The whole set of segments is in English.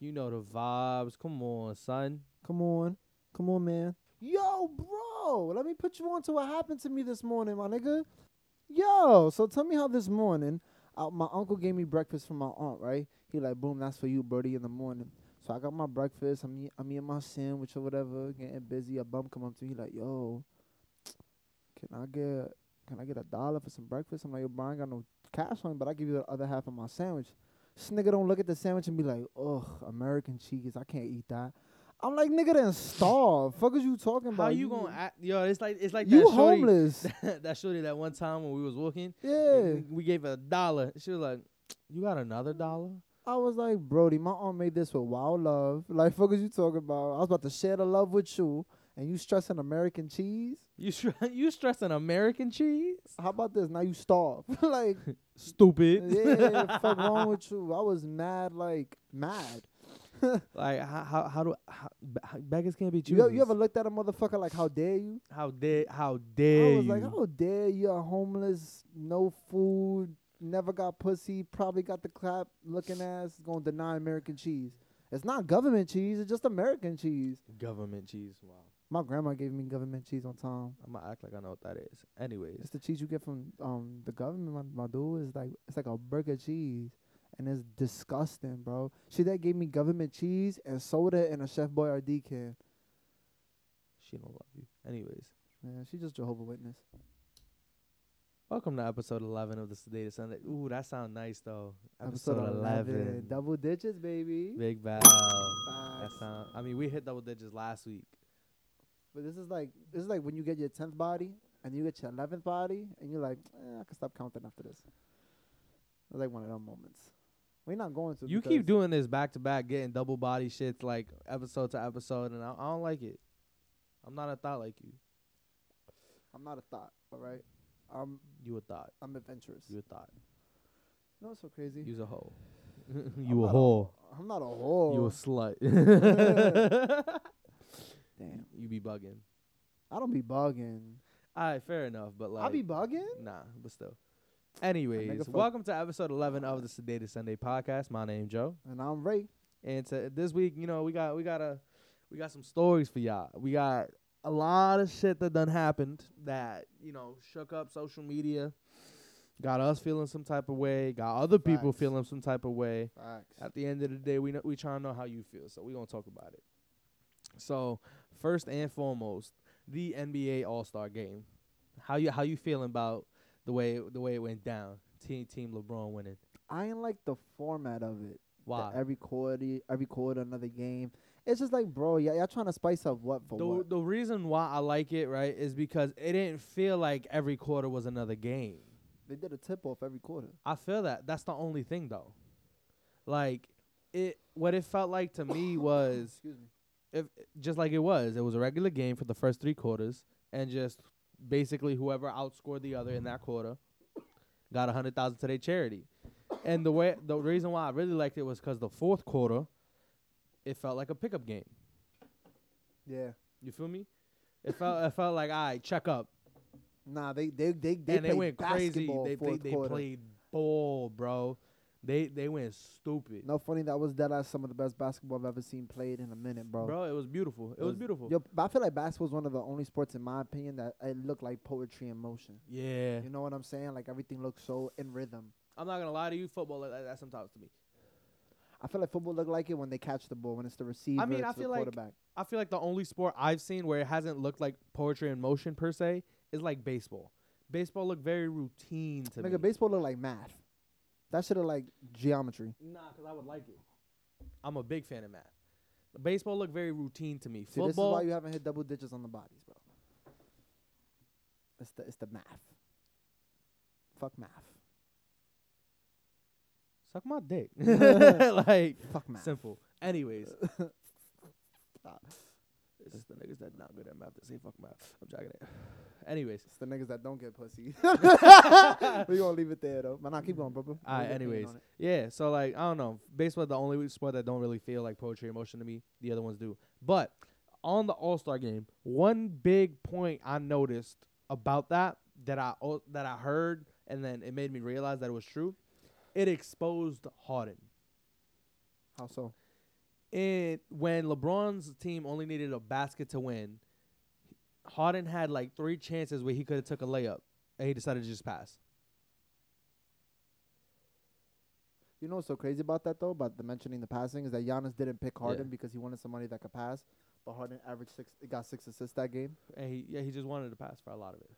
You know the vibes. Come on, son. Come on. Come on, man. Yo, bro, let me put you on to what happened to me this morning, my nigga. Yo, so tell me how this morning, uh, my uncle gave me breakfast from my aunt, right? He like, boom, that's for you, birdie, in the morning. So I got my breakfast. I'm eat, I'm eating my sandwich or whatever, getting busy. A bum come up to me he like, yo, can I get can I get a dollar for some breakfast? I'm like, yo, Brian got no cash on, me, but I give you the other half of my sandwich. This nigga don't look at the sandwich and be like, ugh, American cheese, I can't eat that. I'm like, nigga, then starve. Fuck is you talking about? How you gonna act? Yo, it's like it's like you that shorty- homeless? that shorty that one time when we was walking. yeah. We, we gave her a dollar. She was like, "You got another dollar?" I was like, Brody, my aunt made this with wild love. Like, fuck is you talking about? I was about to share the love with you, and you stressing American cheese. You str- you stressing American cheese? How about this? Now you starve. like, Stupid. yeah, fuck wrong with you? I was mad, like mad. Like how how how do how, b- how- beggars can't be You, choosers. you ever looked at a motherfucker like, how dare you? how dare how dare I was you? like, oh. how dare you? A homeless, no food, never got pussy, probably got the clap looking ass, gonna deny American cheese. It's not government cheese, it's just American cheese. Government cheese. Wow. My grandma gave me government cheese on time. I'm gonna act like I know what that is. Anyways, It's the cheese you get from um the government. My, my dude is like it's like a burger cheese, and it's disgusting, bro. She that gave me government cheese and soda and a Chef Boyardee can. she don't love you. Anyways, Man, she just Jehovah Witness. welcome to episode 11 of the Sedated Sunday. Ooh, that sound nice though. Episode, 11. double digits, baby. Big Val. That Facts. sound. I mean, we hit double digits last week. But this is like this is like when you get your tenth body and you get your eleventh body and you're like, eh, I can stop counting after this. It's like one of them moments. We're not going to. You keep because doing this back to back, getting double body shits like episode to episode, and I, I don't like it. I'm not a thought like you. I'm not a thought. All right, I'm You a thought. I'm adventurous. You a thought. no, it's so crazy. You's a hoe. I'm you a not whore. I'm not a whore. You a slut. Damn, you be bugging. I don't be bugging. All right, fair enough, but like I be bugging. Nah, but still. Anyways, fuck- welcome to episode 11 of the Sedated Sunday podcast. My name Joe, And I'm Ray. and to, this week, you know, we got we got a we got some stories for y'all. We got a lot of shit that done happened that you know shook up social media, got us feeling some type of way, got other people Facts. feeling some type of way. Facts. At the end of the day, we know, we trying to know how you feel, so we gonna talk about it. So first and foremost, the NBA All Star Game. How you how you feeling about the way the way it went down? Team Team LeBron winning. I ain't like the format of it. The Why? Every quarter, every quarter, another game. It's just like, bro, y'all, y'all trying to spice up what for The what? the reason why I like it right is because it didn't feel like every quarter was another game. They did a tip off every quarter. I feel that. That's the only thing though. Like it what it felt like to me was Excuse me. if just like it was, it was a regular game for the first three quarters, and just basically whoever outscored the other in that quarter got a hundred thousand to their charity. And the way the reason why I really liked it was because the fourth quarter, it felt like a pickup game. Yeah. You feel me? It felt it felt like I check up, Nah, they they they they, and they played went crazy. basketball They they, fourth they quarter. played ball, bro. They they went stupid, No funny, that was dead ass some of the best basketball I've ever seen played in a minute, bro. bro. It was beautiful. It, was, beautiful. Yo, but I feel like basketball's one of the only sports, in my opinion, that it looked like poetry in motion. Yeah, You know what I'm saying? Like everything looks so in rhythm. I'm not gonna lie to you. Football like that, that sometimes to me. I feel like football look like it when they catch the ball, when it's the receiver, mean, to I the feel like- quarterback. I feel like the only sport I've seen where it hasn't looked like poetry in motion per se is like baseball. Baseball looked very routine to Nigga, me. baseball look like math. That should have like geometry. nah, because I would like it. I'm a big fan of math. Baseball looked very routine to me. See, this is why Football, you haven't hit double digits on the bodies, bro. It's the it's the math. Fuck math. suck my dick. like Fuck math. simple. Anyways, Stop. it's just the niggas that not good at math that say fuck math. I'm jogging it. Anyways, It's the niggas that don't get pussy. we gonna leave it there though. But nah, keep going, bro. bro. All right, Leave your opinion anyways. on it. Yeah, so like I don't know. Baseball the only sport that don't really feel like poetry in motion to me. The other ones do. But on the All Star game, one big point I noticed about that that I al- that I heard and then it made me realize that it was true. It exposed Harden. How so? in when LeBron's team only needed a basket to win, Harden had like three chances where he could have took a layup, and he decided to just pass. You know what's so crazy about that though, about the mentioning the passing is that Giannis didn't pick Harden because he wanted somebody that could pass, but Harden averaged six, got six assists that game. and he yeah he just wanted to pass for a lot of it.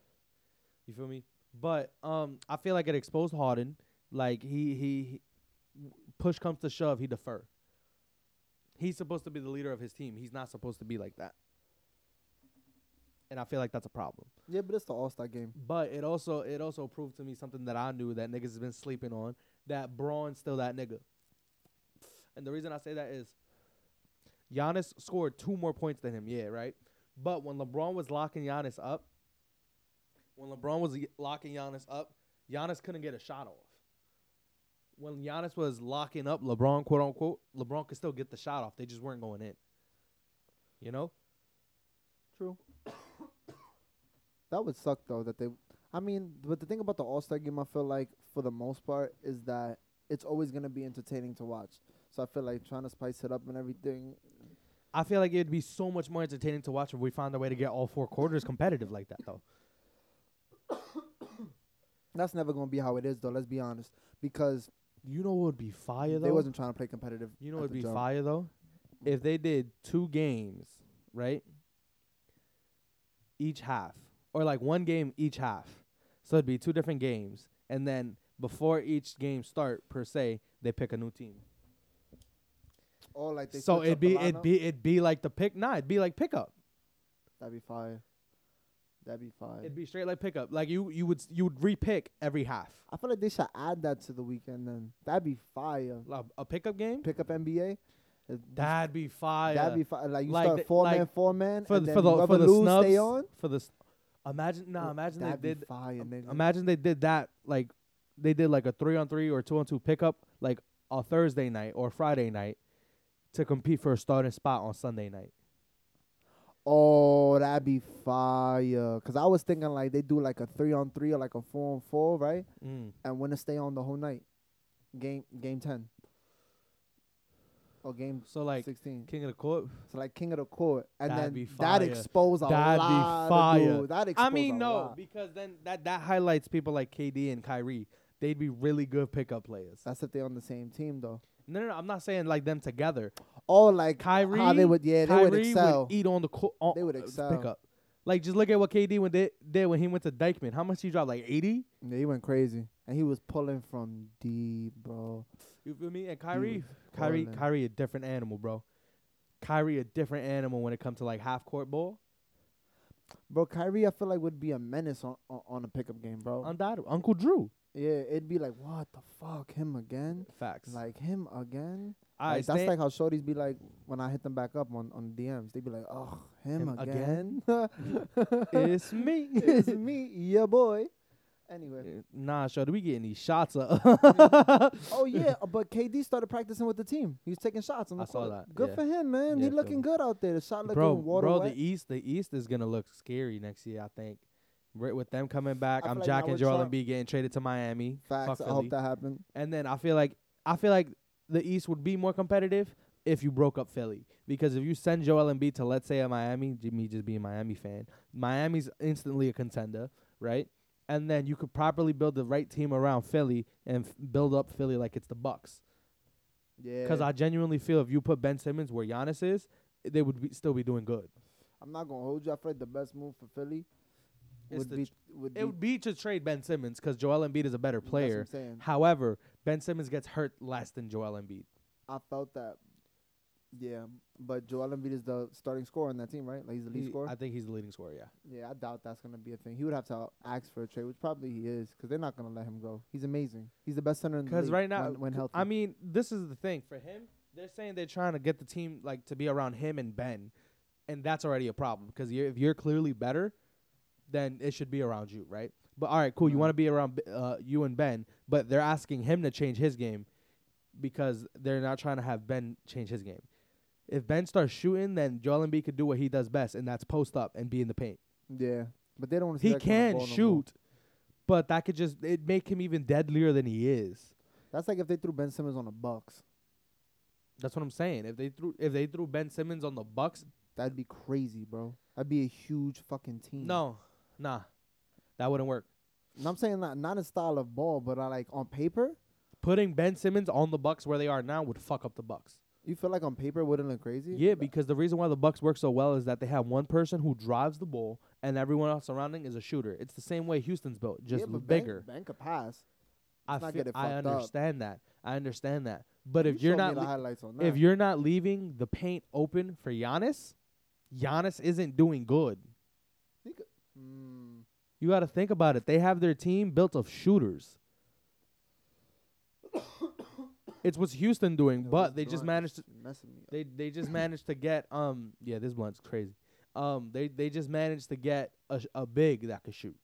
You feel me? But um, I feel like it exposed Harden. Like he he he- push comes to shove, he defer. He's supposed to be the leader of his team. He's not supposed to be like that. And I feel like that's a problem. Yeah, but it's the All Star game. But it also it also proved to me something that I knew that niggas has been sleeping on that Braun's still that nigga. And the reason I say that is Giannis scored two more points than him, yeah, right? But when LeBron was locking Giannis up, when LeBron was y- locking Giannis up, Giannis couldn't get a shot off. When Giannis was locking up LeBron, quote unquote, LeBron could still get the shot off. They just weren't going in. You know? True. that would suck though that they. I mean, but the thing about the All Star game, I feel like for the most part is that it's always gonna be entertaining to watch. So I feel like trying to spice it up and everything. I feel like it'd be so much more entertaining to watch if we found a way to get all four quarters competitive like that, though. That's never gonna be how it is though. Let's be honest, because You know what would be fire though? they wasn't trying to play competitive. you know at what would the be jump. fire though? If they did two games, right? Each half. Or like one game each half. So it'd be two different games. And then before each game start per se, they pick a new team. Or like they so switch it'd up the be it'd lineup. be it'd be like the pick nah, it'd be like pickup. that'd be fire. That'd be fire. It'd be straight like pickup. Like you you would s- you would repick every half. I feel like they should add that to the weekend. Then that'd be fire. Like a pickup game? Pick up NBA. Uh, That'd be fire. that'd be fire. Like you Like the- start four man, like four man, for and the, then for the for whoever the lose, snubs stay on. for the s- imagine nah, imagine that'd they be did fire, nigga. imagine they did that like they did like a three on three or two on two pickup like a Thursday night or Friday night to compete for a starting spot on Sunday night. Oh, that'd be fire. Cause I was thinking like they do like a three on three or like a four on four, right? And when to stay on the whole night. Game game ten. Or game So like sixteen. King of the Court. So like king of the court, and That'd then be that fire. exposed a That'd be lot. fire. Of dudes. That exposed I mean a no, lot. because then that that highlights people like KD and Kyrie. They'd be really good pickup players. That's if they're on the same team though. No, no, no. I'm not saying like them together. Oh, like Kyrie, how they would, yeah, they Kyrie would excel. eat on the court. They would excel. Pickup. Like just look at what KD when did, did when he went to Dykeman. How much he dropped? Like 80. yeah, he went crazy, and he was pulling from deep, bro. You feel me? And Kyrie, was Kyrie, balling. Kyrie, a different animal, bro. Kyrie, a different animal when it comes to like half court ball. Bro, Kyrie, I feel like would be a menace on on, on a pickup game, bro. Undoubtedly, Uncle Drew. yeah, it'd be like, what the fuck, him again? Facts. Like, Like him again? I Like, that's like how shorties be like when I hit them back up on on DMs. They be like, oh, him, Him again? it's me. it's me, yeah, boy. Anyway, nah, sure. Do we getting these shots up? oh yeah, uh, but KD started practicing with the team. He was taking shots on the I saw court. that, Good yeah. for him, man. Yeah, he feel looking me. good out there. The shot looking bro, water bro, wet. the E East, the East is gonna look scary next year. I think. Ri- With them coming back, I I'm feel like Jack now and with Joel Trump- Embiid getting traded to Miami. Facts. Fuck I hope Philly. that happened. And then I feel like I feel like the East would be more competitive if you broke up Philly because if you send Joel Embiid to let's say a Miami, j- me just being a Miami fan, Miami's instantly a contender, right? And then you could properly build the right team around Philly and f- build up Philly like it's the Bucks. Yeah. Because I genuinely feel if you put Ben Simmons where Giannis is, they would be, still be doing good. I'm not gonna hold you. I feel like the best move for Philly It's would the be tr- would be It would be to trade Ben Simmons because Joel Embiid is a better that's what I'm player. saying. However, Ben Simmons gets hurt less than Joel Embiid. I felt that. Yeah, but Joel Embiid is the starting scorer on that team, right? Like he's the lead He- scorer. I think he's the leading scorer. Yeah. yeah, I doubt that's gonna be a thing. He would have to ask for a trade, which probably he is, because they're not gonna let him go. He's amazing. He's the best center in the league. Because right now, when, when c- healthy, I mean, this is the thing for him. They're saying they're trying to get the team like to be around him and Ben, and that's already a problem. Because you're, if you're clearly better, then it should be around you, right? But all right, cool. You Right. want to be around B- uh, you and Ben, but they're asking him to change his game because they're not trying to have Ben change his game. If Ben starts shooting, then Joel Embiid could do what he does best, and that's post up and be in the paint. yeah, but they don't. wanna see He that kind of can ball no more. shoot, but that could just it make him even deadlier than he is. That's like if they threw Ben Simmons on the Bucks. That's what I'm saying. If they threw if they threw Ben Simmons on the Bucks, That'd be crazy, bro. That'd be a huge fucking team. no, nah, that wouldn't work. And I'm saying that not in style of ball, but I like on paper. Putting Ben Simmons on the Bucks where they are now would fuck up the Bucks. You feel like on paper it wouldn't look crazy? Yeah, because the reason why the Bucks work so well is that they have one person who drives the ball, and everyone else surrounding is a shooter. It's the same way Houston's built, just but Bang- bigger. Bang could pass. I let's not feel- get it I fucked up. understand that. I understand that. But if You you're showed me not the le- highlights on that, if you're not leaving the paint open for Giannis, Giannis isn't doing good. Mm, You got to think about it. They have their team built of shooters. it's what's Houston doing, Yo, but this they just blunt managed is messing me up. they they just managed to get um yeah this blunt's crazy um they they just managed to get a sh- a big that could shoot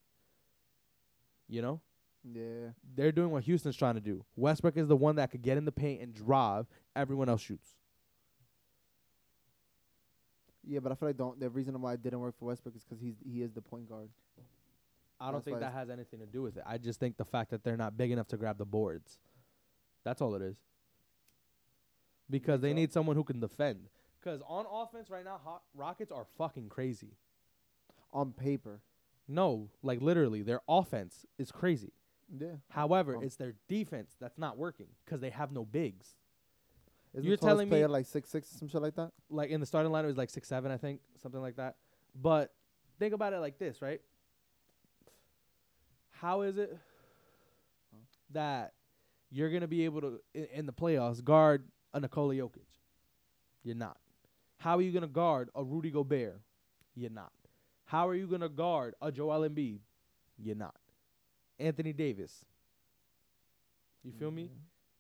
you know yeah, they're doing what Houston's trying to do Westbrook is the one that could get in the paint and drive everyone else shoots yeah, but I feel like don't, the reason why it didn't work for Westbrook is because he's he is the point guard. I don't That's think why that has anything to do with it I just think the fact that they're not big enough to grab the boards that's all it is because they so? need someone who can defend cuz on offense right now Ho- Rockets are fucking crazy On paper, no like literally their offense is crazy yeah, However, Um, it's their defense that's not working because they have no bigs. is You're the tallest telling me- player like six six or some shit like that? Like in the starting lineup, it was like six seven, I think, something like that. But think about it like this, right? How is it that you're gonna be able to in, in the playoffs guard a Nikola Jokic? You're not. How are you gonna guard a Rudy Gobert? You're not. How are you gonna guard a Joel Embiid? You're not. Anthony Davis. You feel me?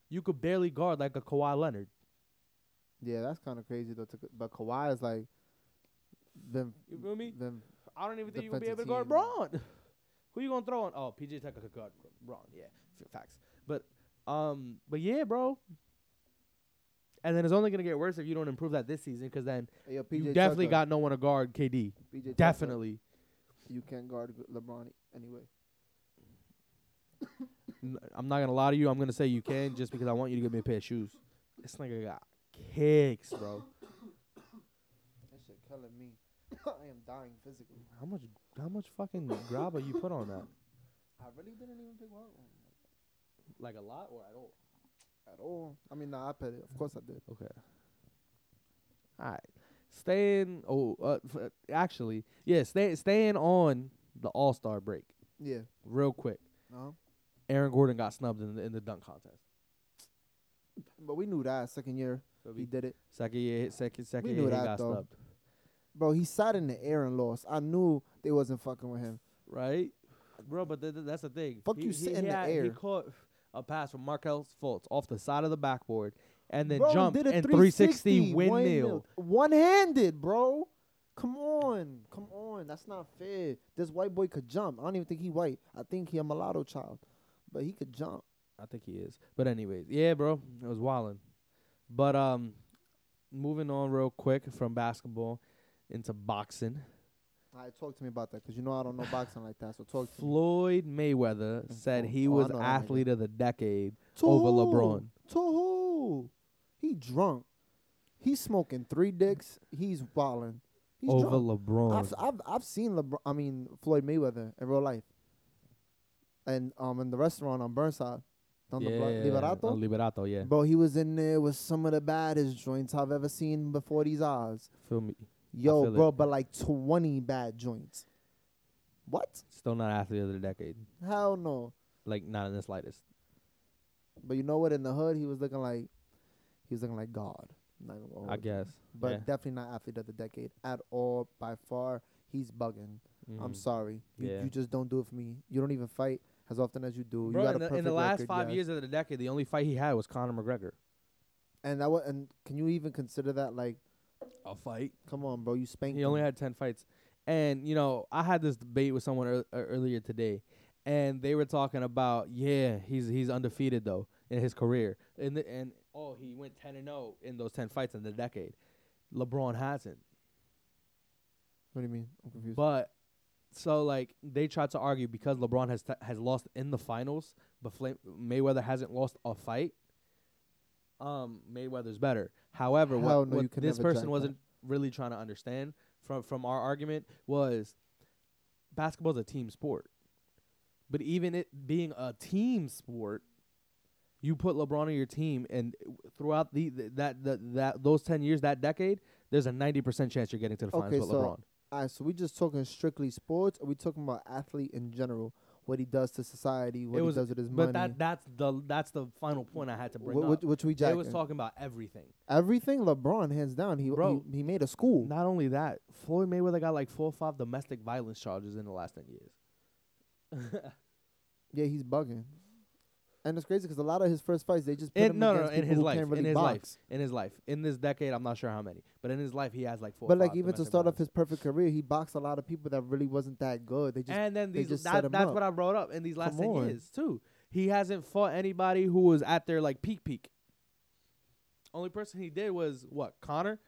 You could barely guard like a Kawhi Leonard. Yeah, that's kind of crazy though. To, but Kawhi is like them. You feel me? Them. I don't even think you would be able to defensive guard team. Braun. Who you gonna throw on? Oh, PJ Tucker could guard Braun. Yeah, f- facts. But um, but yeah, bro. And then it's only gonna get worse if you don't improve that this season, because then Yo, PJ you definitely Tucker, got no one to guard KD. PJ Tucker, Definitely. You can't guard LeBron anyway. N- I'm not gonna lie to you. I'm gonna say you can just because I want you to give me a pair of shoes. This nigga got kicks, bro. That shit killing me. I am dying physically. How much? How much fucking grabba you put on that? I really didn't even pick one up Like a lot or at all? at all. I mean, nah, I put it. Of course I did. Okay. All right. Staying. Oh, uh, f- actually, yeah. Stay, staying on the All Star break Yeah. real quick. Uh-huh. Aaron Gordon got snubbed in the, in the dunk contest. But we knew that second year So he we, did it. second year, second second knew year he that, got though. snubbed. Bro, he sat in the air and lost. I knew they wasn't fucking with him. Right, bro. But th- th- that's the thing. Fuck you, sit in the had- He air. caught a pass from Markel Fultz off the side of the backboard, and then bro, he jumped did a and 360 windmill. windmill. One-handed, bro. Come on. Come on. That's not fair. This white boy could jump. I don't even think he white. I think he a mulatto child. But he could jump. I think he is. But anyways, yeah, bro, it was wildin'. But um, moving on real quick from basketball into boxing. All right, talk to me about that because you know I don't know boxing like that. So talk to me. Floyd Mayweather said Oh, he oh, I was know that nigga. athlete of the decade To over who? LeBron. To who? He drunk. He's smoking three dicks. He's wilding. He's over drunk. LeBron. I've, I've I've seen LeBron. I mean Floyd Mayweather in real life. And um in the restaurant on Burnside, on yeah, the block, on Liberato. Liberato, yeah. Bro, he was in there with some of the baddest joints I've ever seen before these eyes. Feel me? Yo, feel bro, it. but like twenty bad joints. What? Still not athlete of the decade. Hell no. Like not in the slightest. But you know what? In the hood, he was looking like he was looking like God. Not gonna hold I you. guess. but yeah. definitely not athlete of the decade at all. By far, he's bugging. I'm Mhm. sorry. You, Yeah. you just don't do it for me. You don't even fight as often as you do. Bro, you in the, in the perfect last record, five yes. years of the decade, the only fight he had was Conor McGregor. and that wa- and can you even consider that like, A fight. come on, bro, you spanked. He only him. had ten fights, and you know I had this debate with someone ear- ear- earlier today, and they were talking about yeah he's he's undefeated though in his career and the, and oh he went ten and zero in those ten fights in the decade. LeBron hasn't, What do you mean? I'm confused. but so like they tried to argue because LeBron has t- has lost in the finals, but Flame- Mayweather hasn't lost a fight. um, Mayweather's better. However, what, Hell no, what you can this never person jack wasn't really trying to understand from from our argument was basketball's a team sport. But even it being a team sport, you put LeBron on your team, and throughout the, th- that the, that those ten years, that decade, there's a ninety percent chance you're getting to the finals Okay, with so- LeBron. All right, so we just talking strictly sports, or we talking about athlete in general, what he does to society, what It was- he does with his But money. that that's the that's the final point I had to bring Wh- up. which, which we They was jacking. talking about everything. Everything LeBron hands down. He Bro. he, he made a school. Not only that, Floyd Mayweather got like four or five domestic violence charges in the last ten years. Yeah, he's bugging. And it's crazy because a lot of his first fights they just put in, him no, no, against in people his who life, can't really in his box. life, in his life, in this decade, I'm not sure how many, but in his life, he has like four. or But like five even to domestic start off violence. his perfect career, he boxed a lot of people that really wasn't that good. They just and then they these just set that, him that's up. what I brought up in these last Come ten on. years too. He hasn't fought anybody who was at their like peak peak. Only person he did was what Connor,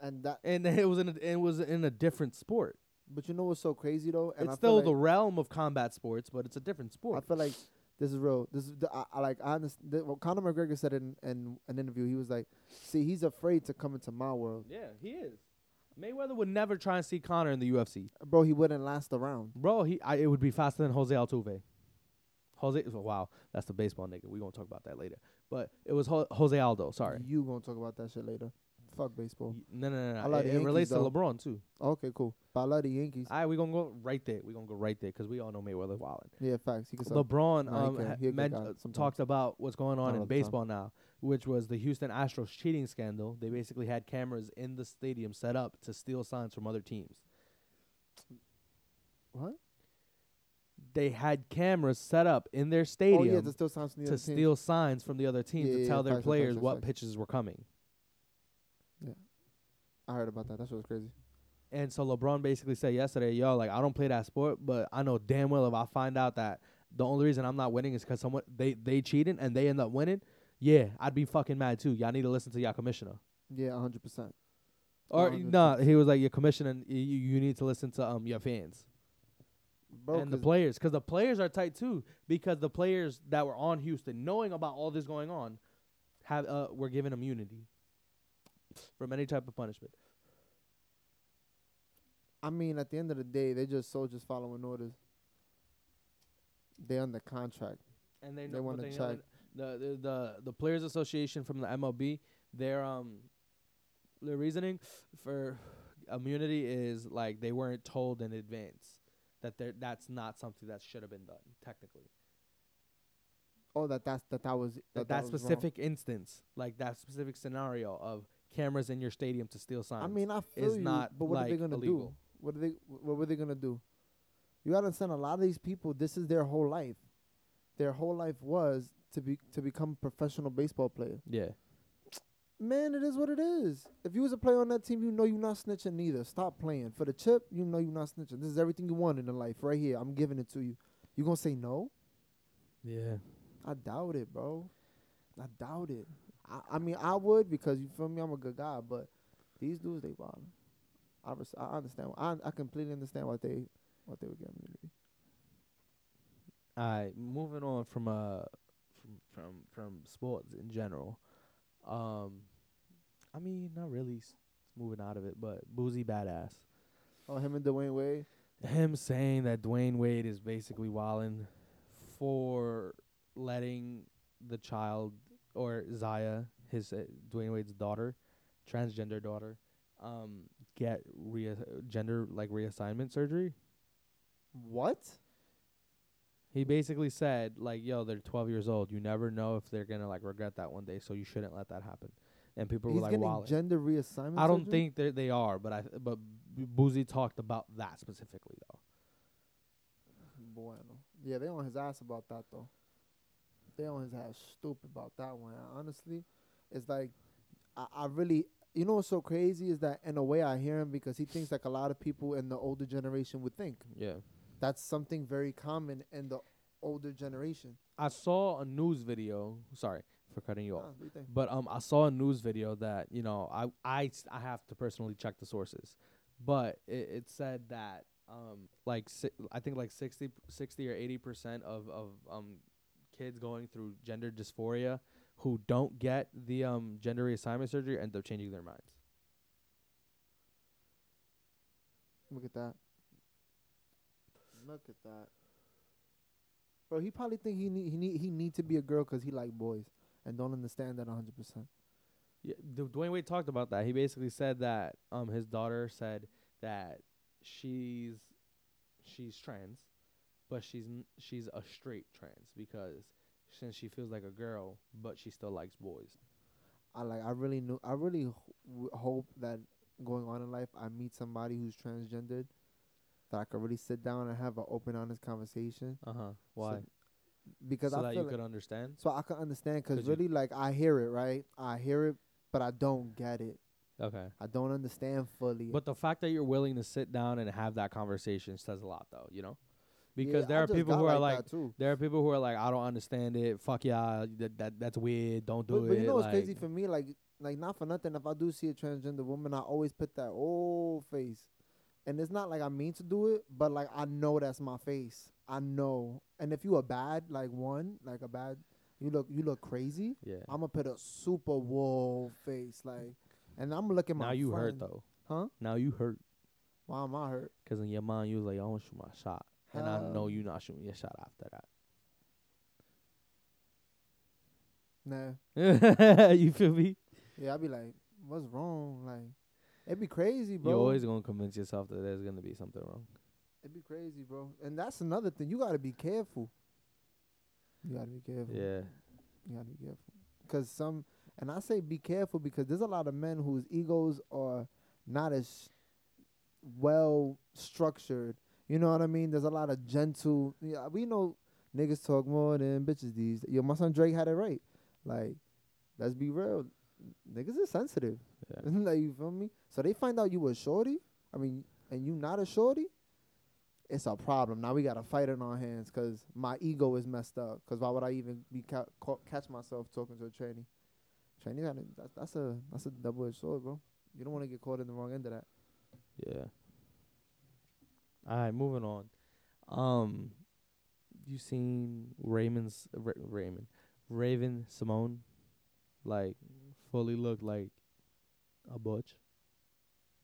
and that. and it was in a, it was in a different sport. But you know what's so crazy though? And it's I still feel the like, realm of combat sports, but it's a different I sport. feel like this is real. This is the, I, I like I understand. The, well, Conor McGregor said in, in an interview, he was like, "See, he's afraid to come into my world, Yeah, he is. Mayweather would never try and see Connor in the UFC, bro. He wouldn't last a round." bro. He I, it would be faster than Jose Altuve. Jose, oh, wow, that's the baseball nigga. We gonna talk about that later. But it was Ho- Jose Aldo. Sorry, You gonna talk about that shit later? Fuck baseball. no, no, no, I no. like It, the it relates Yankees, to though. LeBron too. Okay, cool. But I love the Yankees. All right, we're gonna go right there. We're gonna go right there because we all know Mayweather wilding. yeah, facts. He can Oh, suck. LeBron Nah, he um, can. ha- He a good men- guy uh, sometimes. talked about what's going Not on all in the time. baseball now, which was the Houston Astros cheating scandal. They basically had cameras in the stadium set up to steal signs from other teams. What? They had cameras set up in their Oh stadium yeah, there's still times to steal signs from the other team Yeah, to yeah, tell their facts, facts, players facts, what facts. pitches were coming. I heard about that. That's what's crazy. And so LeBron basically said yesterday, yo, like I don't play that sport, but I know damn well if I find out that the only reason I'm not winning is because someone they they cheating and they end up winning, yeah, I'd be fucking mad too. Y'all need to listen to y'all commissioner. Yeah, 100. percent Or Oh, good nah, he was like your commissioner. and You, you need to listen to um your fans Bro, and the 'cause players because the players are tight too because the players that were on Houston, knowing about all this going on, have uh were given immunity from any type of punishment. I mean, at the end of the day, they just soldiers following orders. They under contract. and they They know what wanna they know check. that the, the the the players association from the MLB their um their reasoning for immunity is like they weren't told in advance that they that's not something that should have been done technically Oh, that that's that that was that, that, that that was wrong. specific instance like that specific scenario of cameras in your stadium to steal signs I mean, I feel is you, not, but what are they like, gonna do? illegal. What are they? What were they gonna do? You gotta understand. A lot of these people, this is their whole life. Their whole life was to be to become a professional baseball player. yeah Man, it is what it is. If you was a player on that team, you know you're not snitching neither. Stop playing for the chip. You know you're not snitching. This is everything you want in the life, right here. I'm giving it to you. You gonna say no? yeah I doubt it, bro. I doubt it. I, I mean, I would because you feel me. I'm a good guy, but these dudes, they bottom. I res- I understand. I I completely understand what they what they were getting. me to do. all right moving on from uh from from from sports in general um i mean not really s- moving out of it but boozy badass Oh, him and Dwayne Wade. him saying that Dwayne Wade is basically wilding for letting the child or Zaya, his uh, Dwayne Wade's daughter, transgender daughter, um, get rea- gender like reassignment surgery. What? He basically said like, "Yo, they're 12 years old. You never know if they're gonna like regret that one day, so you shouldn't let that happen." And people He's were like, getting "Wow." gender reassignment. I don't surgery? think they they are, but I but Boozy talked about that specifically though. Bueno. Yeah, they on his ass about that though. They on his ass stupid about that one. And honestly, it's like I, I really you know what's so crazy is that in a way I hear him because he thinks like a lot of people in the older generation would think. Yeah. That's something very common in the older generation. I saw a news video. Sorry for cutting you Nah, off. what do you think? But um, I saw a news video that you know I I s- I have to personally check the sources, but it, it said that um like si- I think like 60, 60 or eighty percent of of um kids going through gender dysphoria who don't get the um gender reassignment surgery end up changing their minds. Look at that. Look at that. Bro, he probably think he need he need he need to be a girl 'cause he like boys and don't understand that 100. percent Yeah, Du- Dwayne Wade talked about that. He basically said that um his daughter said that she's she's trans, but she's n- she's a straight trans because since she feels like a girl, but she still likes boys. I like I really knew I really ho- w- hope that going on in life I meet somebody who's transgendered that I could really sit down and have an open honest conversation. Uh huh. So- Why? So, because I that feel you like- could understand. so I can understand because Could you- really like I hear it right I hear it but I don't get it Okay. I don't understand fully. But the fact that you're willing to sit down and have that conversation says a lot, though. You know, Yeah, because there I are just people got who are like like. that too. There are people who are like, I don't understand it. Fuck yeah, that, that that's weird. Don't do but, it. but you know what's like, crazy for me? Like, like not for nothing. If I do see a transgender woman, I always put that old face, and it's not like I mean to do it, but like I know that's my face. I know. And if you a bad like one, like a bad, you look you look crazy. Yeah. I'm gonna put a super whoa face like, and I'm looking my. now you hurt friend. though. huh? Now you hurt Why am I hurt? because in your mind you was like, I want to shoot my shot, and I know Um, you not shooting your shot after Nah. that. you feel me? Yeah, I'd be like, what's wrong? Like, it'd be crazy, bro. You're always gonna convince yourself that there's gonna be something wrong. It'd be crazy, bro. And that's another thing. You gotta be careful. You gotta be careful. Yeah. You gotta be careful. Cause some, and I say be careful because there's a lot of men whose egos are not as well structured. You know what I mean? There's a lot of gentle. Yeah, we know niggas talk more than bitches these. Yo, my son Drake had it right. Like, let's be real. Niggas is sensitive. Yeah. like you feel me? So they find out you a shorty. I mean, and you not a shorty. It's a problem. Now we got a fight on our hands because my ego is messed up. Because why would I even be ca- ca- catch myself talking to a trainee? Trainee, got a- that, that's a that's a double edged sword, bro. You don't want to get caught in the wrong end of that. Yeah. All right, moving on. Um, you seen Raymond's Ra- Raymond Raven Simone, like fully looked like a butch.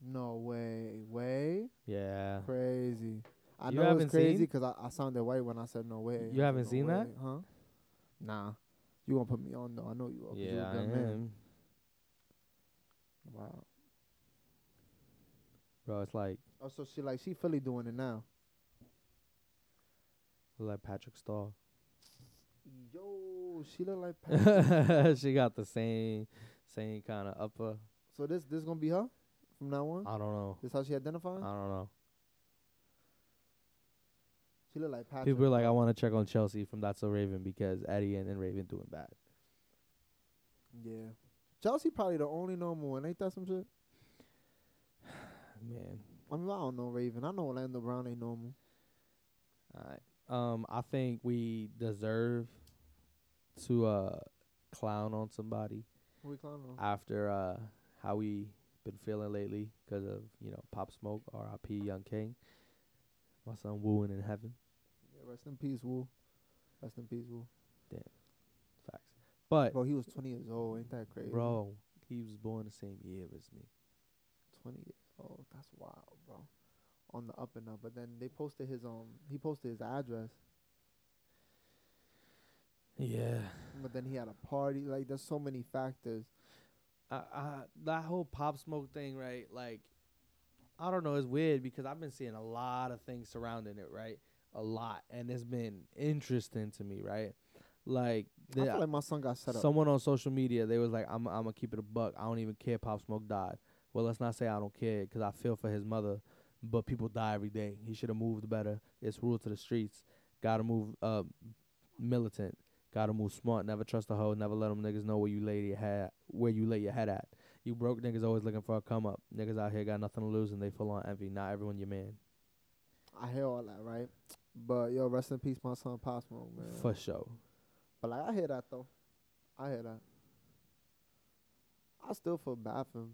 No way, way Yeah. crazy. I You know haven't it's crazy seen? because I, I sounded white when I said no way. I You said, haven't "No seen that? way," huh? Nah, you gonna put me on though? I know you are. 'cause you a Yeah, I good man. am. Wow. Bro, it's like Oh, so she like she fully doing it now. like Patrick Starr. Yo, she look like. Pat- she got the same same kind of upper. so this this gonna be her from now on. I don't know. This how she I identifying. don't know. she look like Patrick. People are like, I want to check on Chelsea from That's So Raven because Eddie and, and Raven doing bad. yeah. Chelsea probably the only normal one. Ain't that some shit? Man, I mean, I don't know Raven. I know Orlando Brown ain't normal. all right. Um, I think we deserve to uh clown on somebody Who we clowning on? after uh how we been feeling lately because of you know Pop Smoke, R.I.P. Young King, my son wooing in heaven. Yeah, rest in peace, Wu. Rest in peace, Wu. Facts, but Bro, he was 20 years old. Ain't that crazy? bro, he was born the same year as me. 20 years old. That's wild, bro. On the up and up. But then they posted his um. He posted his address. Yeah. But then he had a party. Like there's so many factors. I, I that whole pop smoke thing, right? Like, I don't know. It's weird because I've been seeing a lot of things surrounding it, right? A lot, and it's been interesting to me, right? Like, I the- feel like my son got set up. someone on social media, they was like, "I'm, I'm gonna keep it a buck. I don't even care. if Pop Smoke died. Well, let's not say I don't care because I feel for his mother, but people die every day. He should have moved better. It's rule to the streets. Gotta move uh, militant. Gotta move smart. Never trust a hoe. Never let them niggas know where you lay your head, where you lay your head at. You broke niggas always looking for a come up. Niggas out here got nothing to lose and they full on envy. Not everyone your man. I hear all that, right? But yo, rest in peace, my son Pop Smoke, man. For sure. But like, I hear that though. I hear that. I still feel bad for him,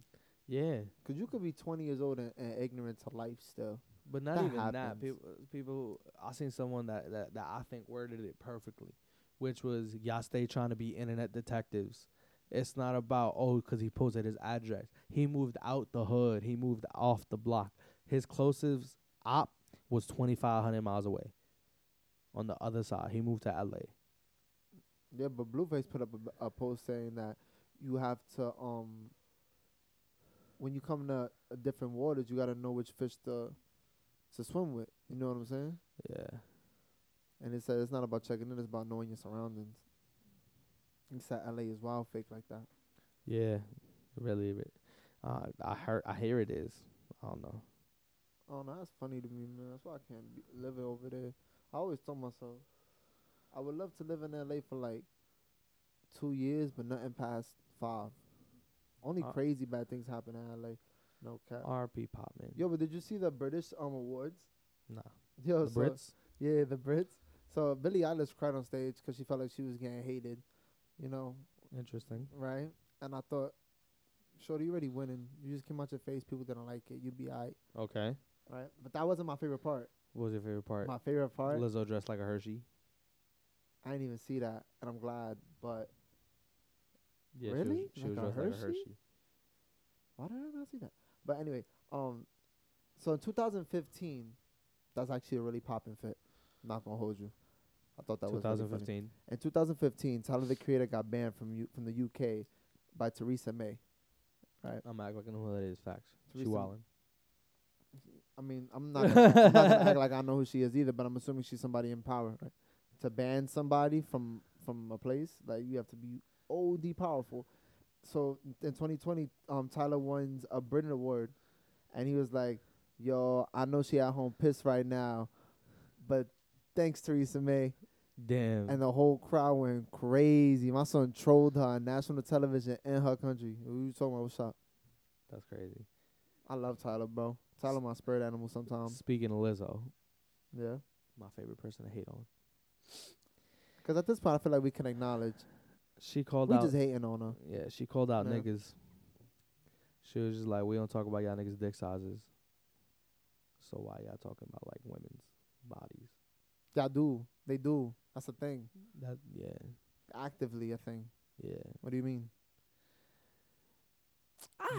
Yeah. cause you could be 20 years old and, and ignorant to life still. But not That even that. uh, happens. People, people. I seen someone that, that that I think worded it perfectly, which was y'all stay trying to be internet detectives. It's not about oh, 'cause he posted his address. He moved out the hood. He moved off the block. His closest op was twenty five hundred miles away. On the other side, he moved to L.A. Yeah, but Blueface put up a b- a, post saying that you have to um. When you come to uh, different waters, you gotta know which fish to to swim with. You know what I'm saying? Yeah, And it said it's not about checking in; it's about knowing your surroundings. He said LA is wild fake like that. yeah, really. re- Uh, I heard. I hear it is. I don't know. Oh no, that's funny to me, man. That's why I can't be living over there. I always told myself I would love to live in LA for like two years, but nothing past five. Only Uh, crazy bad things happen in LA. No cap. R.P. Popman. Yo, but did you see the British um awards? Nah. Yo, The so- Brits. Yeah, the Brits. So Billie Eilish cried on stage 'cause she felt like she was getting hated. You know, Interesting. right? And I thought, Shorty, you already winning. You just came out your face. People didn't like it. You'd be alright, Okay. right? But that wasn't my favorite part. What was your favorite part? My favorite part, Lizzo dressed like a Hershey. I didn't even see that, and I'm glad. But Yeah, Really? She was, she Like was a dressed like a Hershey? Hershey. why did I not see that? But anyway, um, so in 2015, that's actually a really popping fit. I'm not gonna hold you. I thought that was really funny. 2015. In 2015, Tyler the Creator got banned from U- from the UK by Theresa May. I'm acting like I know who that is. Facts. She Teresa- wildin'. I mean, I'm not, gonna, I'm not gonna act like I know who she is either, but I'm assuming she's somebody in power. Right? To ban somebody from from a place, like you have to be OD powerful. So in 2020, um, Tyler wins a Britain Award, and he was like, "Yo, I know she at home pissed right now, but thanks Theresa May." Damn. And the whole crowd went crazy. My son trolled her on national television in her country. Who you talking about? What's up? That's crazy. I love Tyler, bro. Tyler, my spirit animal. Sometimes, Speaking of Lizzo, yeah. my favorite person to hate on. Because at this point, I feel like we can acknowledge She called we out. just hating on her. yeah, she called out Nah. niggas. She was just like, we don't talk about y'all niggas' dick sizes. So why y'all talking about like women's bodies? Y'all do, they do. That's a thing. That yeah, Actively, a thing. yeah. What do you mean?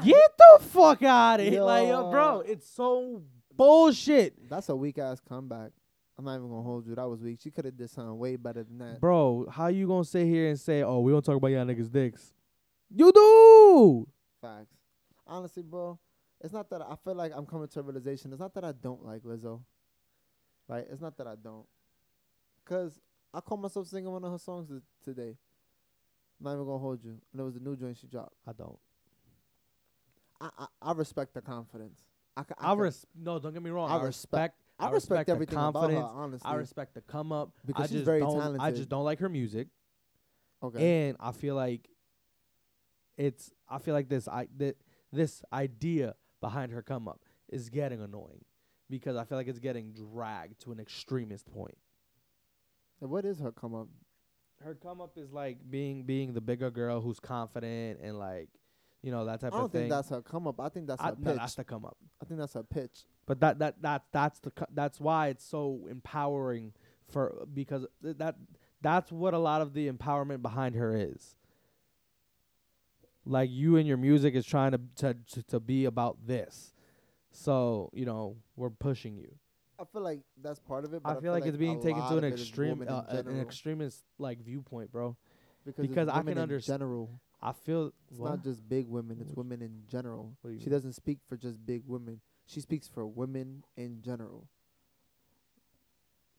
Get the fuck out of here, like yo, Yo. bro. It's so bullshit, That's a weak ass comeback. I'm not even gonna hold you. That was weak. She could have did something way better than that. bro. How you gonna sit here and say, oh, we don't talk about y'all niggas' dicks? You do. Facts. Honestly, bro, it's not that I feel like I'm coming to a realization. It's not that I don't like Lizzo. Right? It's not that I don't. Cause I caught myself singing one of her songs t- today. I'm not even gonna hold you. And it was the new joint she dropped. I don't. I I, I respect the confidence. I, ca- I ca- res- no, don't get me wrong. I I respect. respect- I respect, the everything confidence. about her, honestly. I respect the come up Because I she's just very don't, I talented. just don't like her music, okay. and I feel like it's. I feel like this. I that this idea behind her come up is getting annoying because I feel like it's getting dragged to an extremist point. And what is her come up? Her come up is like being being the bigger girl who's confident and like you know that I type don't of thing. think that's her come up. I think that's I- her pitch. no, that's the come up. I think that's her pitch. But that that that that's the co- that's why it's so empowering for because th- that that's what a lot of the empowerment behind her is. Like you and your music is trying to to to, to be about this. So, you know, we're pushing you. I feel like that's part of it. But I, feel like it's being a taken lot to an of it is extreme women in uh, uh, an general. extremist like viewpoint, bro. because, it's because I women can in underst- general. I feel It's what? not just big women. It's What- women in general. What do you She mean? doesn't speak for just big women. She speaks for women in general.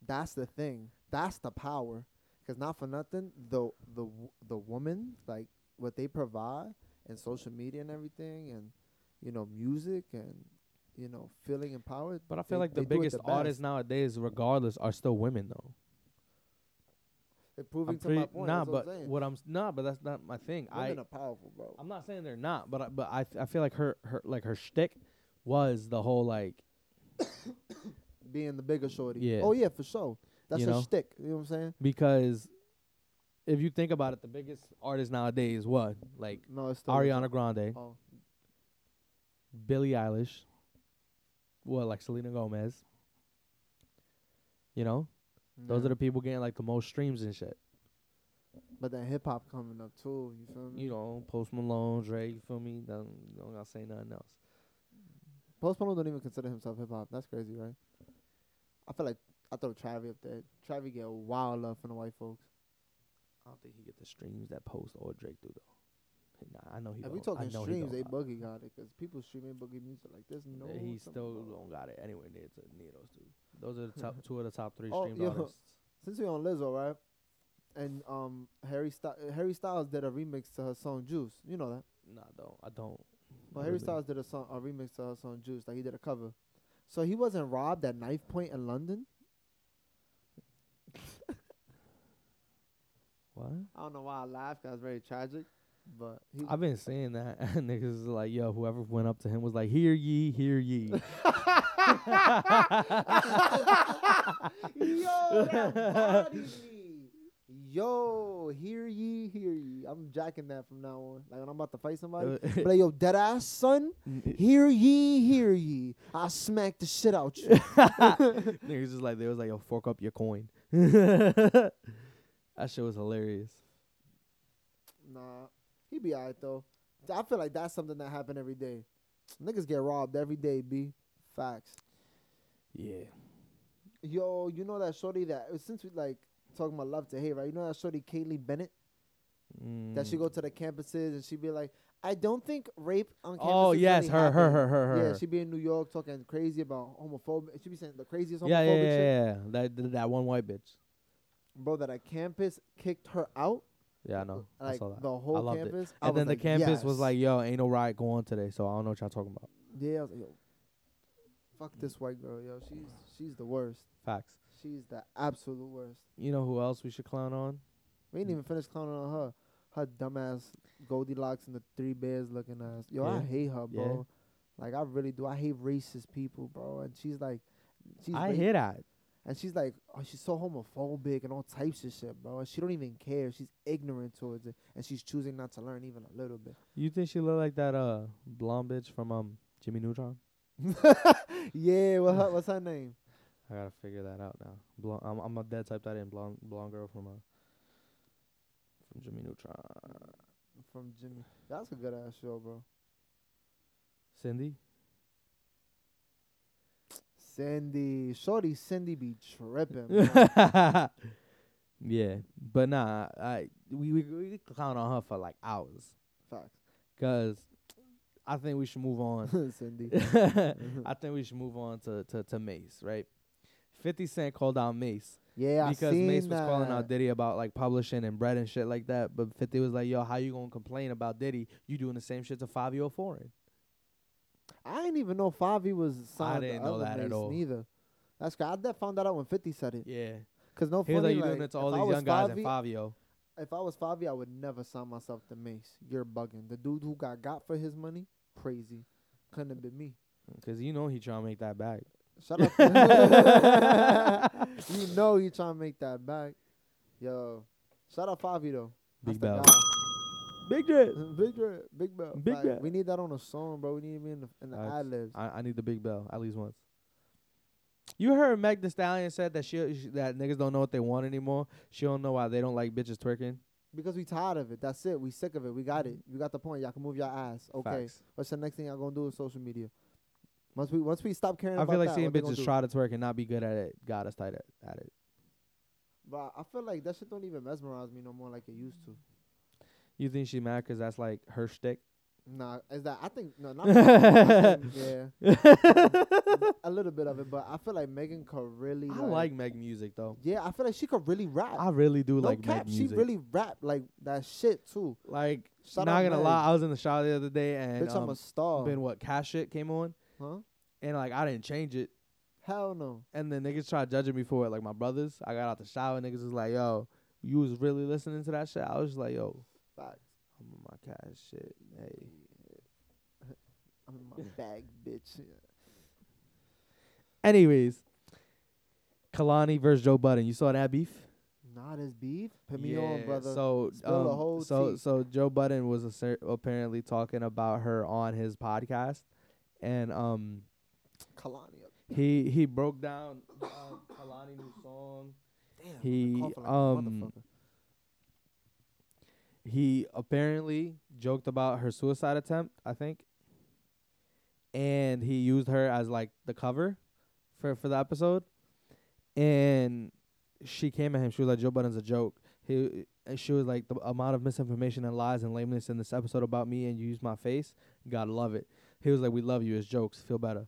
That's the thing. That's the power. Cause not for nothing, the the w- the woman like what they provide and social media and everything, and you know music and you know feeling empowered. but I feel they- like the they do it biggest the best. artists nowadays regardless are still women though. They're I'm proving to my pretty- point. nah, that's but what I'm saying. what I'm s- nah, but that's not my thing. I women are powerful, bro. I'm not saying they're not, but I, but I I feel like her her like her shtick was the whole like Being the bigger shorty. Yeah. Oh yeah, for sure. That's You her know? shtick. You know what I'm saying? because if you think about it, the biggest artist nowadays what like No, it's still Ariana Grande, Oh, Billie Eilish, what like Selena Gomez. You know, those yeah. are the people getting like the most streams and shit. But that hip hop coming up too. You feel me? You know, Post Malone, Drake. You feel me? Don't, don't gotta say nothing else. Post Malone don't even consider himself hip hop. That's crazy, right? I feel like I throw Travi up there. Travi get wild love from the white folks. I don't think he get the streams that Post or Drake do though. Nah, I know he. if we don't. I talking know he don't. streams, they boogie got it because people streaming boogie music like there's no. No, he something still about it. don't got it anywhere near to near those two. Those are the top two of the top three Oh, streamed yo. artists. since we on Lizzo, right? And um, Harry Sty- Harry Styles did a remix to her song Juice. You know that. Nah, don't I don't. But Harry Really? Styles did a song, a remix to her song Juice. Like he did a cover. So he wasn't robbed at knife point in London. What? I don't know why I laughed. Cause it's very tragic. But he, I've been saying that niggas is like, yo, whoever went up to him was like, hear ye, hear ye. yo, that body. yo, hear ye, hear ye. I'm jacking that from now on. Like when I'm about to fight somebody, Uh, I'm like yo, dead ass son. Hear ye, hear ye. I smack the shit out you. niggas just like they was like, yo, fork up your coin. that shit was hilarious. Nah, he be alright though. Th- I feel like that's something that happen every day. Niggas get robbed every day. B facts. Yeah. Yo, you know that shorty that since we like talking about love to hate, right? You know that shorty Kaylee Bennett Mm. that she go to the campuses and she be like, I don't think rape on campus. Oh yes, her, her, her, her, her. Yeah, she be in New York talking crazy about homophobic. She be saying the craziest homophobic yeah, yeah, yeah, yeah. shit. That th- that one white bitch. Bro, that a campus kicked her out. Yeah, I know. I Like saw that. the I whole loved it. campus. I And was then the like, campus was yes. like, yo, ain't no riot going today, so I don't know what y'all talking about. Yeah, I was like, yo, fuck this white girl, yo. She's she's the worst. Facts. She's the absolute worst. You know who else we should clown on? We ain't even finished clowning on her. Her dumbass Goldilocks and the three bears looking ass. Yo, I Yeah. hate her, Yeah. bro. Like I really do. I hate racist people, bro. And she's like, she's I ra- hear that. and she's like, oh, she's so homophobic and all types of shit, bro. And she don't even care. She's ignorant towards it, and she's choosing not to learn even a little bit. You think she look like that uh blonde bitch from um Jimmy Neutron? yeah, what her, what's her name? I gotta figure that out now. Blonde, I'm I'm a dead type that in blonde blonde girl from uh from Jimmy Neutron. From Jimmy. That's a good ass show, bro. Cindy. Cindy, shorty, Cindy be tripping. bro. yeah, but nah, I we we, we could clown on her for like hours, Facts. cause I think we should move on. Cindy. I think we should move on to to to Mace, right? Fifty Cent called out Mace. Yeah, I because seen Mace was that. calling out Diddy about like publishing and bread and shit like that. But Fifty was like, "Yo, how you gonna complain about Diddy? You doing the same shit to five year old foreign?" I didn't even know Favi was signed didn't to know other that at Mace all. neither. That's crazy. I def- found that out when Fifty said it. Yeah, Cause no he was funny, like, "You doing it to all if I these was young guys and Favi- five yo." If I was Favi, I would never sign myself to Mace. You're bugging. The dude who got got for his money, crazy. Couldn't have been me. Cause you know he trying to make that back. Shut up. you know he trying to make that back. Yo, shout out Favi though. Big Bell, That's the guy. big drip. Big Red, Big Bell. Big Like, Bell. We need that on a song, bro. We need it in the, in the Facts. ad libs. I, I need the Big Bell at least once. You heard Meg The Stallion said that she, she that niggas don't know what they want anymore. She don't know why they don't like bitches twerking. Because we tired of it. That's it. We sick of it. We got it. You got the point. Y'all can move your ass. Okay. Mm-hmm. Facts. What's the next thing y'all gonna do with social media? Once we once we stop caring I about feel like that, seeing what they gonna bitches do? try to twerk and not be good at it got us tight at, at it. But I feel like that shit don't even mesmerize me no more like it used to. You think she mad 'cause that's like her shtick? Nah, is that I think no, not I think- yeah, a little bit of it. But I feel like Megan could really. I like Meg music though. Yeah, I feel like she could really rap. I really do no like Meg cap, music. she really rap like that shit too. like Shout not out gonna Meg. lie, I was in the shower the other day and Bitch, I'm um, a star. been what cash shit came on huh? and like I didn't change it Hell no. and then niggas tried judging me for it. Like my brothers, I got out the shower, niggas was like, "Yo, you was really listening to that shit?" I was just like, "Yo, Facts. I'm on my cash shit." Hey, I'm in my bag, bitch. anyways, Kalani versus Joe Budden. You saw that beef? Not as beef. Put me on, Yeah, brother. So, Spill the um, whole so, tea. so Joe Budden was asser- apparently talking about her on his podcast, and um, Kalani up. he he broke down um, Kalani's new song. Damn. I'm He, coughing like a um, motherfucker. He apparently joked about her suicide attempt, I think. And he used her as like the cover for for the episode. And she came at him. She was like, "Joe Budden's a joke." He and she was like, "The amount of misinformation and lies and lameness in this episode about me and you use my face, gotta love it." He was like, "We love you. It's jokes. Feel better."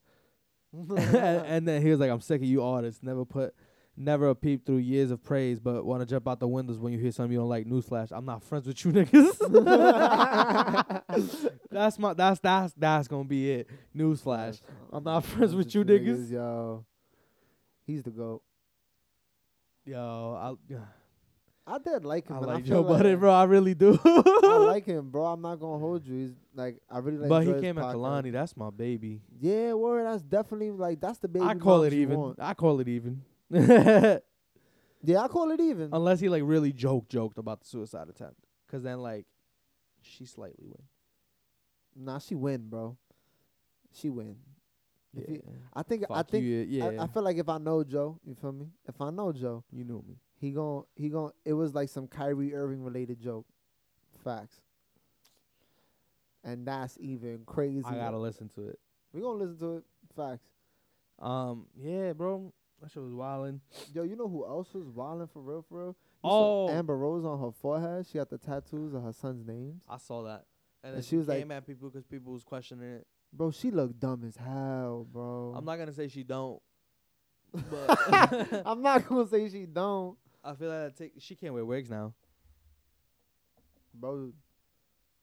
and then he was like, "I'm sick of you artists. Never put, never a peep through years of praise, but want to jump out the windows when you hear something you don't like." Newsflash: I'm not friends with you niggas. that's my that's that's that's gonna be it. Newsflash: uh, I'm not friends with you niggas. Yo, he's the goat. Yo, I I did like him. I and like feel Joe Budden, bro. I really do. I like him, bro. I'm not gonna hold you. He's like I really like. but he enjoy his came at podcast. Kalani. That's my baby. Yeah, word. That's definitely like that's the baby. I call mom it you even. want. I call it even. Yeah, I call it even. Unless he like really joke joked about the suicide attempt, cause then like she slightly win. nah, she win, bro. She win. If Yeah. he- I think. I Fuck think. you, yeah. I, I feel like if I know Joe, you feel me? If I know Joe, you knew me. he gon' he gon' it was like some Kyrie Irving related joke. Facts. And that's even crazy. I gotta listen to it. we gonna listen to it. Facts. Um, yeah, bro, that shit was wildin'. Yo, you know who else was wilding for real for real? You saw Oh, Amber Rose on her forehead. She got the tattoos of her son's names. I saw that, and, And then she she was like- came at people because people was questioning it. Bro, she looked dumb as hell, bro. I'm not gonna say she don't, but I'm not gonna say she don't. I feel like that take, she can't wear wigs now. Bro.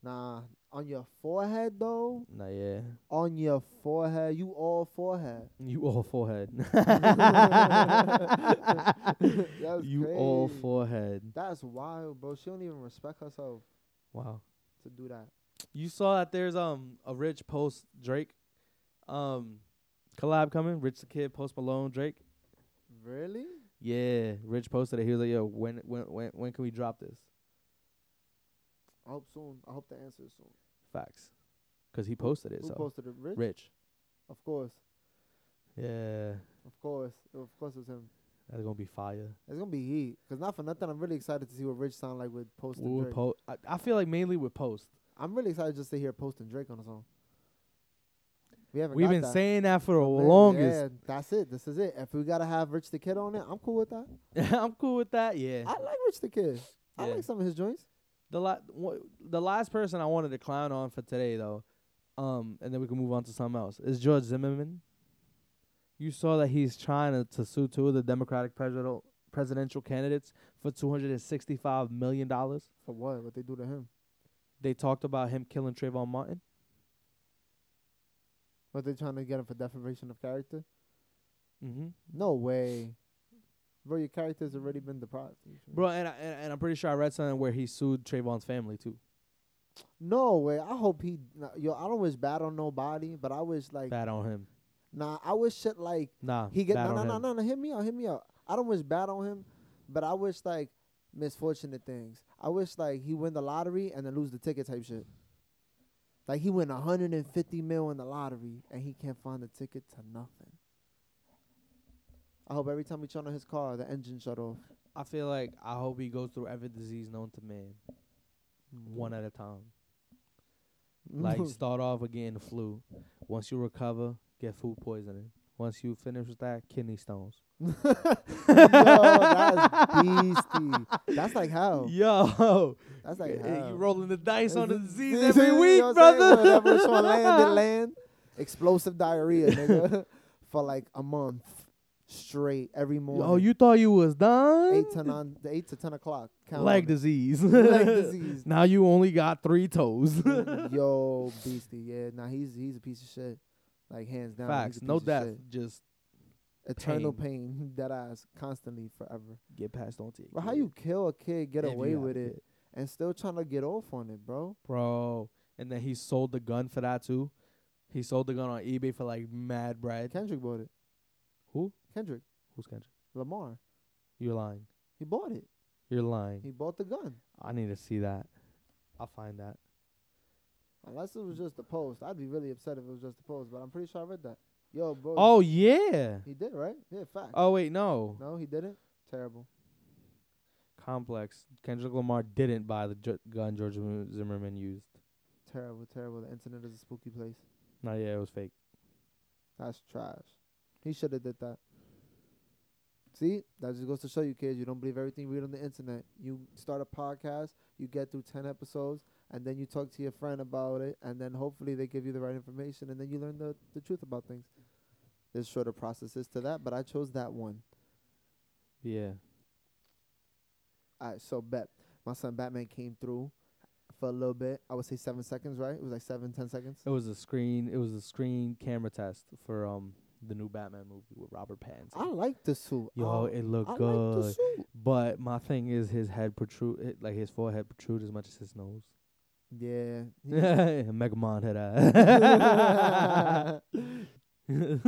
Nah. On your forehead though? Nah, yeah, On your forehead. You all forehead. you all forehead. That's you all crazy. forehead. That's wild, bro. She don't even respect herself Wow. to do that. You saw that there's um a Rich Post Drake um collab coming. Rich the Kid Post Malone Drake. Really? Yeah, Rich posted it. He was like, "Yo, when when when when can we drop this?" I hope soon. I hope the answer is soon. Facts, because he posted it. Who so posted it? Rich? Rich. Of course. Yeah, Of course. Of course it was him. that's gonna be fire. It's gonna be heat. Cause not for nothing, I'm really excited to see what Rich sound like with Post and With Drake. po- I, I feel like mainly with post. I'm really excited just to hear Post and Drake on a song. We haven't. We've got been that. saying that for the Yeah, longest. yeah, that's it. This is it. If we gotta have Rich the Kid on it, I'm cool with that. I'm cool with that. Yeah. I like Rich the Kid. I Yeah. like some of his joints. the la- wha- the last person I wanted to clown on for today though, um, and then we can move on to something else is George Zimmerman. You saw that he's trying to, to sue two of the Democratic presidential presidential candidates for two hundred and sixty five million dollars. For what? What they do to him? They talked about him killing Trayvon Martin. What they trying to get him for deprivation of character? Mm-hmm. No way. Bro, your character's already been deprived. Bro, and, I, and and I'm pretty sure I read something where he sued Trayvon's family too. No way. I hope he. nah, Yo, I don't wish bad on nobody, but I wish like Bad on him. nah. I wish shit like Nah, He get bad no on no no him. no no. Hear me out. Hear me out. I don't wish bad on him, but I wish like misfortunate things. I wish like he win the lottery and then lose the ticket type shit. Like he win 150 mil in the lottery and he can't find the ticket to nothing. I hope every time we turn on his car, the engine shut off. I feel like I hope he goes through every disease known to man, one at a time. Like start off with getting the flu. Once you recover, get food poisoning. Once you finish with that, kidney stones. Yo, that's beastie. That's like hell. Yo, That's like eh, hell. you rolling the dice on the Oh. Is it- disease is every it- week, you know what I'm saying? Whatever it's gonna land, it brother. land. Explosive diarrhea, nigga, for like a month straight every morning. Oh, you thought you was done? eight to nine, the eight to ten o'clock. Count Leg on it. disease. Leg disease. now you only got three toes. Yo, beastie, yeah. Now he's he's a piece of shit, like hands down. he's Facts. a No piece of death. shit. Just Eternal Pain. pain, dead eyes, constantly, forever. get passed on to you. But how you kill a kid, get If you away have with a it, kid. and still trying to get off on it, bro? bro? And then he sold the gun for that too. He sold the gun on eBay for like mad bread. Kendrick bought it. Who? Kendrick Who's Kendrick? Lamar, You're lying. he bought it. You're lying. He bought the gun. I need to see that. I'll find that. Unless it was just a post. I'd be really upset if it was just a post, but I'm pretty sure I read that. Yo, bro. Oh yeah. He did, right? Yeah, fact. Oh wait, no. No, he didn't? Terrible. complex. Kendrick Lamar didn't buy the ju- gun George Zimmer- Zimmerman used. Terrible, terrible. The internet is a spooky place. No, yeah, it was fake. That's trash. He should have did that. See, that just goes to show you, kids, you don't believe everything you read on the internet. You start a podcast, you get through ten episodes, and then you talk to your friend about it, and then hopefully they give you the right information, and then you learn the, the truth about things. There's shorter processes to that, but I chose that one. Yeah. All right, so bet my son Batman came through for a little bit. I would say seven seconds, right? It was like seven, ten seconds. It was a screen. It was a screen camera test for um the new Batman movie with Robert Pattinson. I like the suit. Yo, I, it looked Oh. I good. like the suit. but my thing is his head protrude, it- like his forehead protrude as much as his nose. Yeah. Megamon head ass. you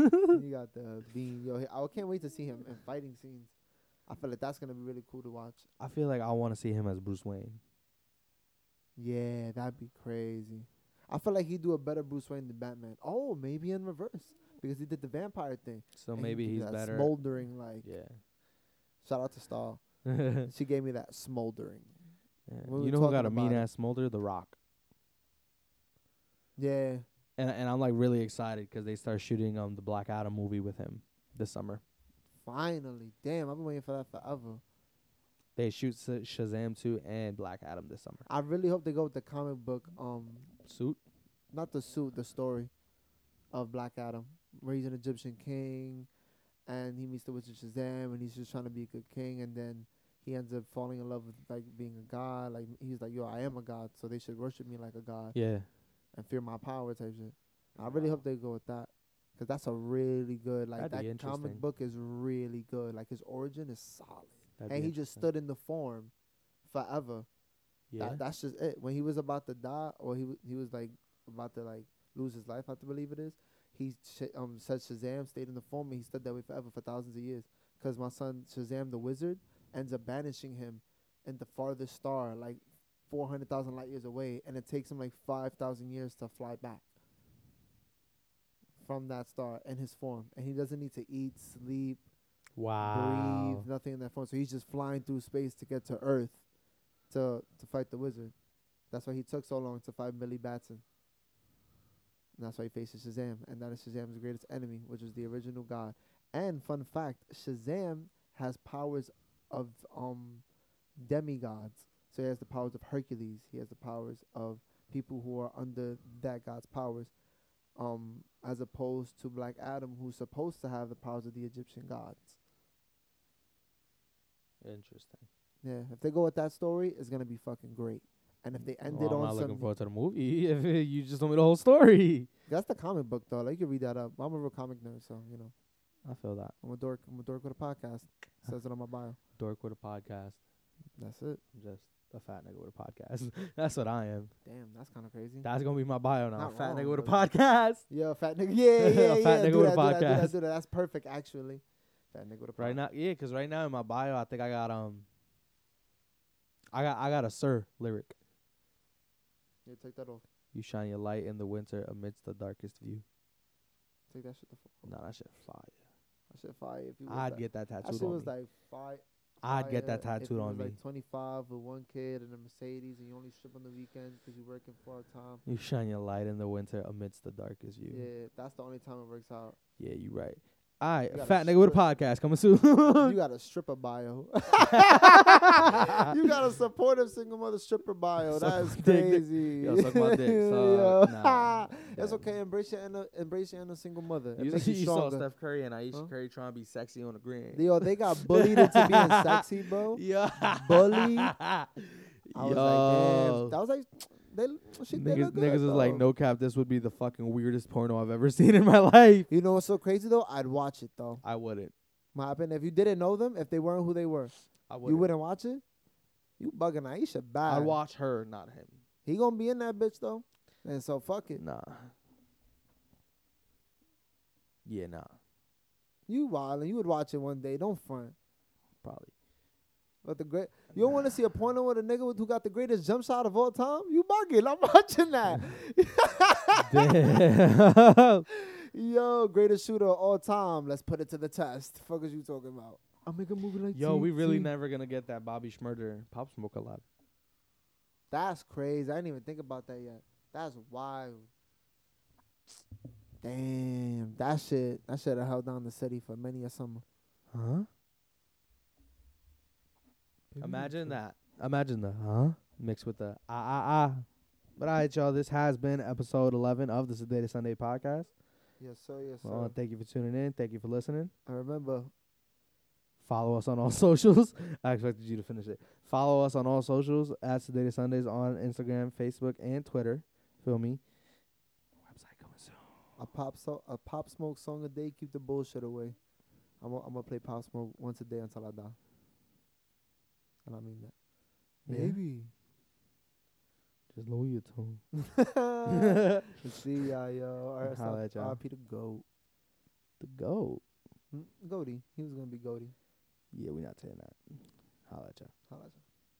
got the beam. Yo, I can't wait to see him in fighting scenes. I feel like that's gonna be really cool to watch. I feel like I want to see him as Bruce Wayne. Yeah, that'd be crazy. I feel like he'd do a better Bruce Wayne than Batman. Oh, maybe in reverse because he did the vampire thing. So And he maybe did he's that better. Smoldering, like Yeah. shout out to Stahl. Yeah. She gave me that smoldering. we You know who talking got a about mean it. ass smolder? The Rock. Yeah, And and I'm like really excited 'cause they start shooting um the Black Adam movie with him this summer. finally. Damn, I've been waiting for that forever. They shoot Sa- Shazam 2 and Black Adam this summer. I really hope they go with the comic book. Um, Suit. not the suit, the story of Black Adam, where he's an Egyptian king, and he meets the witch of Shazam, and he's just trying to be a good king, and then he ends up falling in love with like being a god. Like he's like, yo, I am a god, so they should worship me like a god Yeah. and fear my power type shit. I really hope they go with that. Cause that's a really good like That'd be that comic interesting. book is really good. Like his origin is solid, That'd and be he just interesting. stood in the form forever. Yeah. That, that's just it. When he was about to die, or he wa- he was like about to like lose his life, I have to believe it is. He sh- um said Shazam stayed in the form, and he stood that way forever for thousands of years. Because my son Shazam the wizard ends up banishing him in the farthest star, like four hundred thousand light years away, and it takes him like five thousand years to fly back from that star in his form, and he doesn't need to eat, sleep, wow. breathe, nothing in that form. So he's just flying through space to get to Earth to to fight the wizard. That's why he took so long to fight Billy Batson. And that's why he faces Shazam, and that is Shazam's greatest enemy, which is the original god. And fun fact, Shazam has powers of um demigods. So he has the powers of Hercules. He has the powers of people who are under that god's powers. Um, as opposed to Black Adam, who's supposed to have the powers of the Egyptian gods. Interesting. Yeah, if they go with that story, it's gonna be fucking great. And if they Mm. ended Well, I'm on not looking some, forward to the movie. you just told me the whole story. that's the comic book though. Like you read that up. I'm a real comic nerd, so you know I feel that. I'm a dork. I'm a dork with a podcast. Says it on my bio. Dork with a podcast. That's it. I'm just a fat nigga with a podcast. That's what I am. Damn, that's kind of crazy. That's gonna be my bio now. Not fat nigga wrong, with a but- podcast. yeah, fat nigga. Yeah, yeah, yeah. Fat nigga do with a that, Do that, do podcast. that, do that. That's perfect, actually. Fat nigga with a Right podcast. now, yeah, 'cause right now in my bio, I think I got um, I got I got a sir lyric. Yeah, take that off. You shine your light in the winter amidst the darkest view. Take that shit the fuck. off. Nah, that shit fire. That shit fire. If you was I'd like, get that that tattooed shit on me. was like fire. I'd get that fire if you tattooed was on me. Like 25 with one kid and a Mercedes, and you only strip on the weekends 'cause you're working part time. You shine your light in the winter amidst the darkest view. Yeah, Yeah, that's the only time it works out. you right. All right, You got a fat nigga with a strip. podcast coming soon. you got a stripper bio. you got a supportive single mother stripper bio. Suck That is my dick, dick. crazy. Yo, suck my dick, Yo. suck. Nah, it's yeah. okay. Embrace your inner, embrace your inner single mother. It You, makes you you saw stronger. Steph Curry and Aisha Huh? Curry trying to be sexy on the green. Yo, they got bullied into being sexy, bro. Yeah. Bully. I I was like, damn. I was like, they, she, they niggas, look good, niggas is like, though. no cap, this would be the fucking weirdest porno I've ever seen in my life. You know what's so crazy though? I'd watch it though. I wouldn't. My opinion, if you didn't know them, if they weren't who they were, I you wouldn't. wouldn't watch it. You bugging Aisha bad. I'd watch her, not him. He gonna be in that bitch though, and so fuck it. Nah. Yeah, nah. You wildin'. You would watch it one day. Don't front. Probably. But the great, you don't want to see a porno with a nigga with, who got the greatest jump shot of all time. You bugging. I'm watching that. Damn. Yo, greatest shooter of all time. Let's put it to the test. Fuck is you talking about? I'll make a movie like Yo, we really TNT. never gonna get that Bobby Schmurder Pop Smoke collab. That's crazy. I didn't even think about that yet. That's wild. Damn, that shit. That should have held down the city for many a summer. Huh? Imagine that. Imagine the huh mixed with the ah ah ah. But all right, y'all. This has been episode 11 of the Sedated Sunday podcast. Yes, sir. Yes, sir. Well, I wanna thank you for tuning in. Thank you for listening. I remember. Follow us on all socials. I expected you to finish it. Follow us on all socials at Sedated Sundays on Instagram, Facebook, and Twitter. Feel me. Website coming soon. A pop so a pop smoke song a day keep the bullshit away. I'm gonna I'm gonna play pop smoke once a day until I die. And I mean that. Yeah. Maybe. Just lower your tone. See uh, ya, yo. Holla at y'all. RSL, RP the goat. The goat. Mm, Goaty. He was gonna be Goaty. Yeah, we're not saying that. Holla at y'all. Holla at y'all.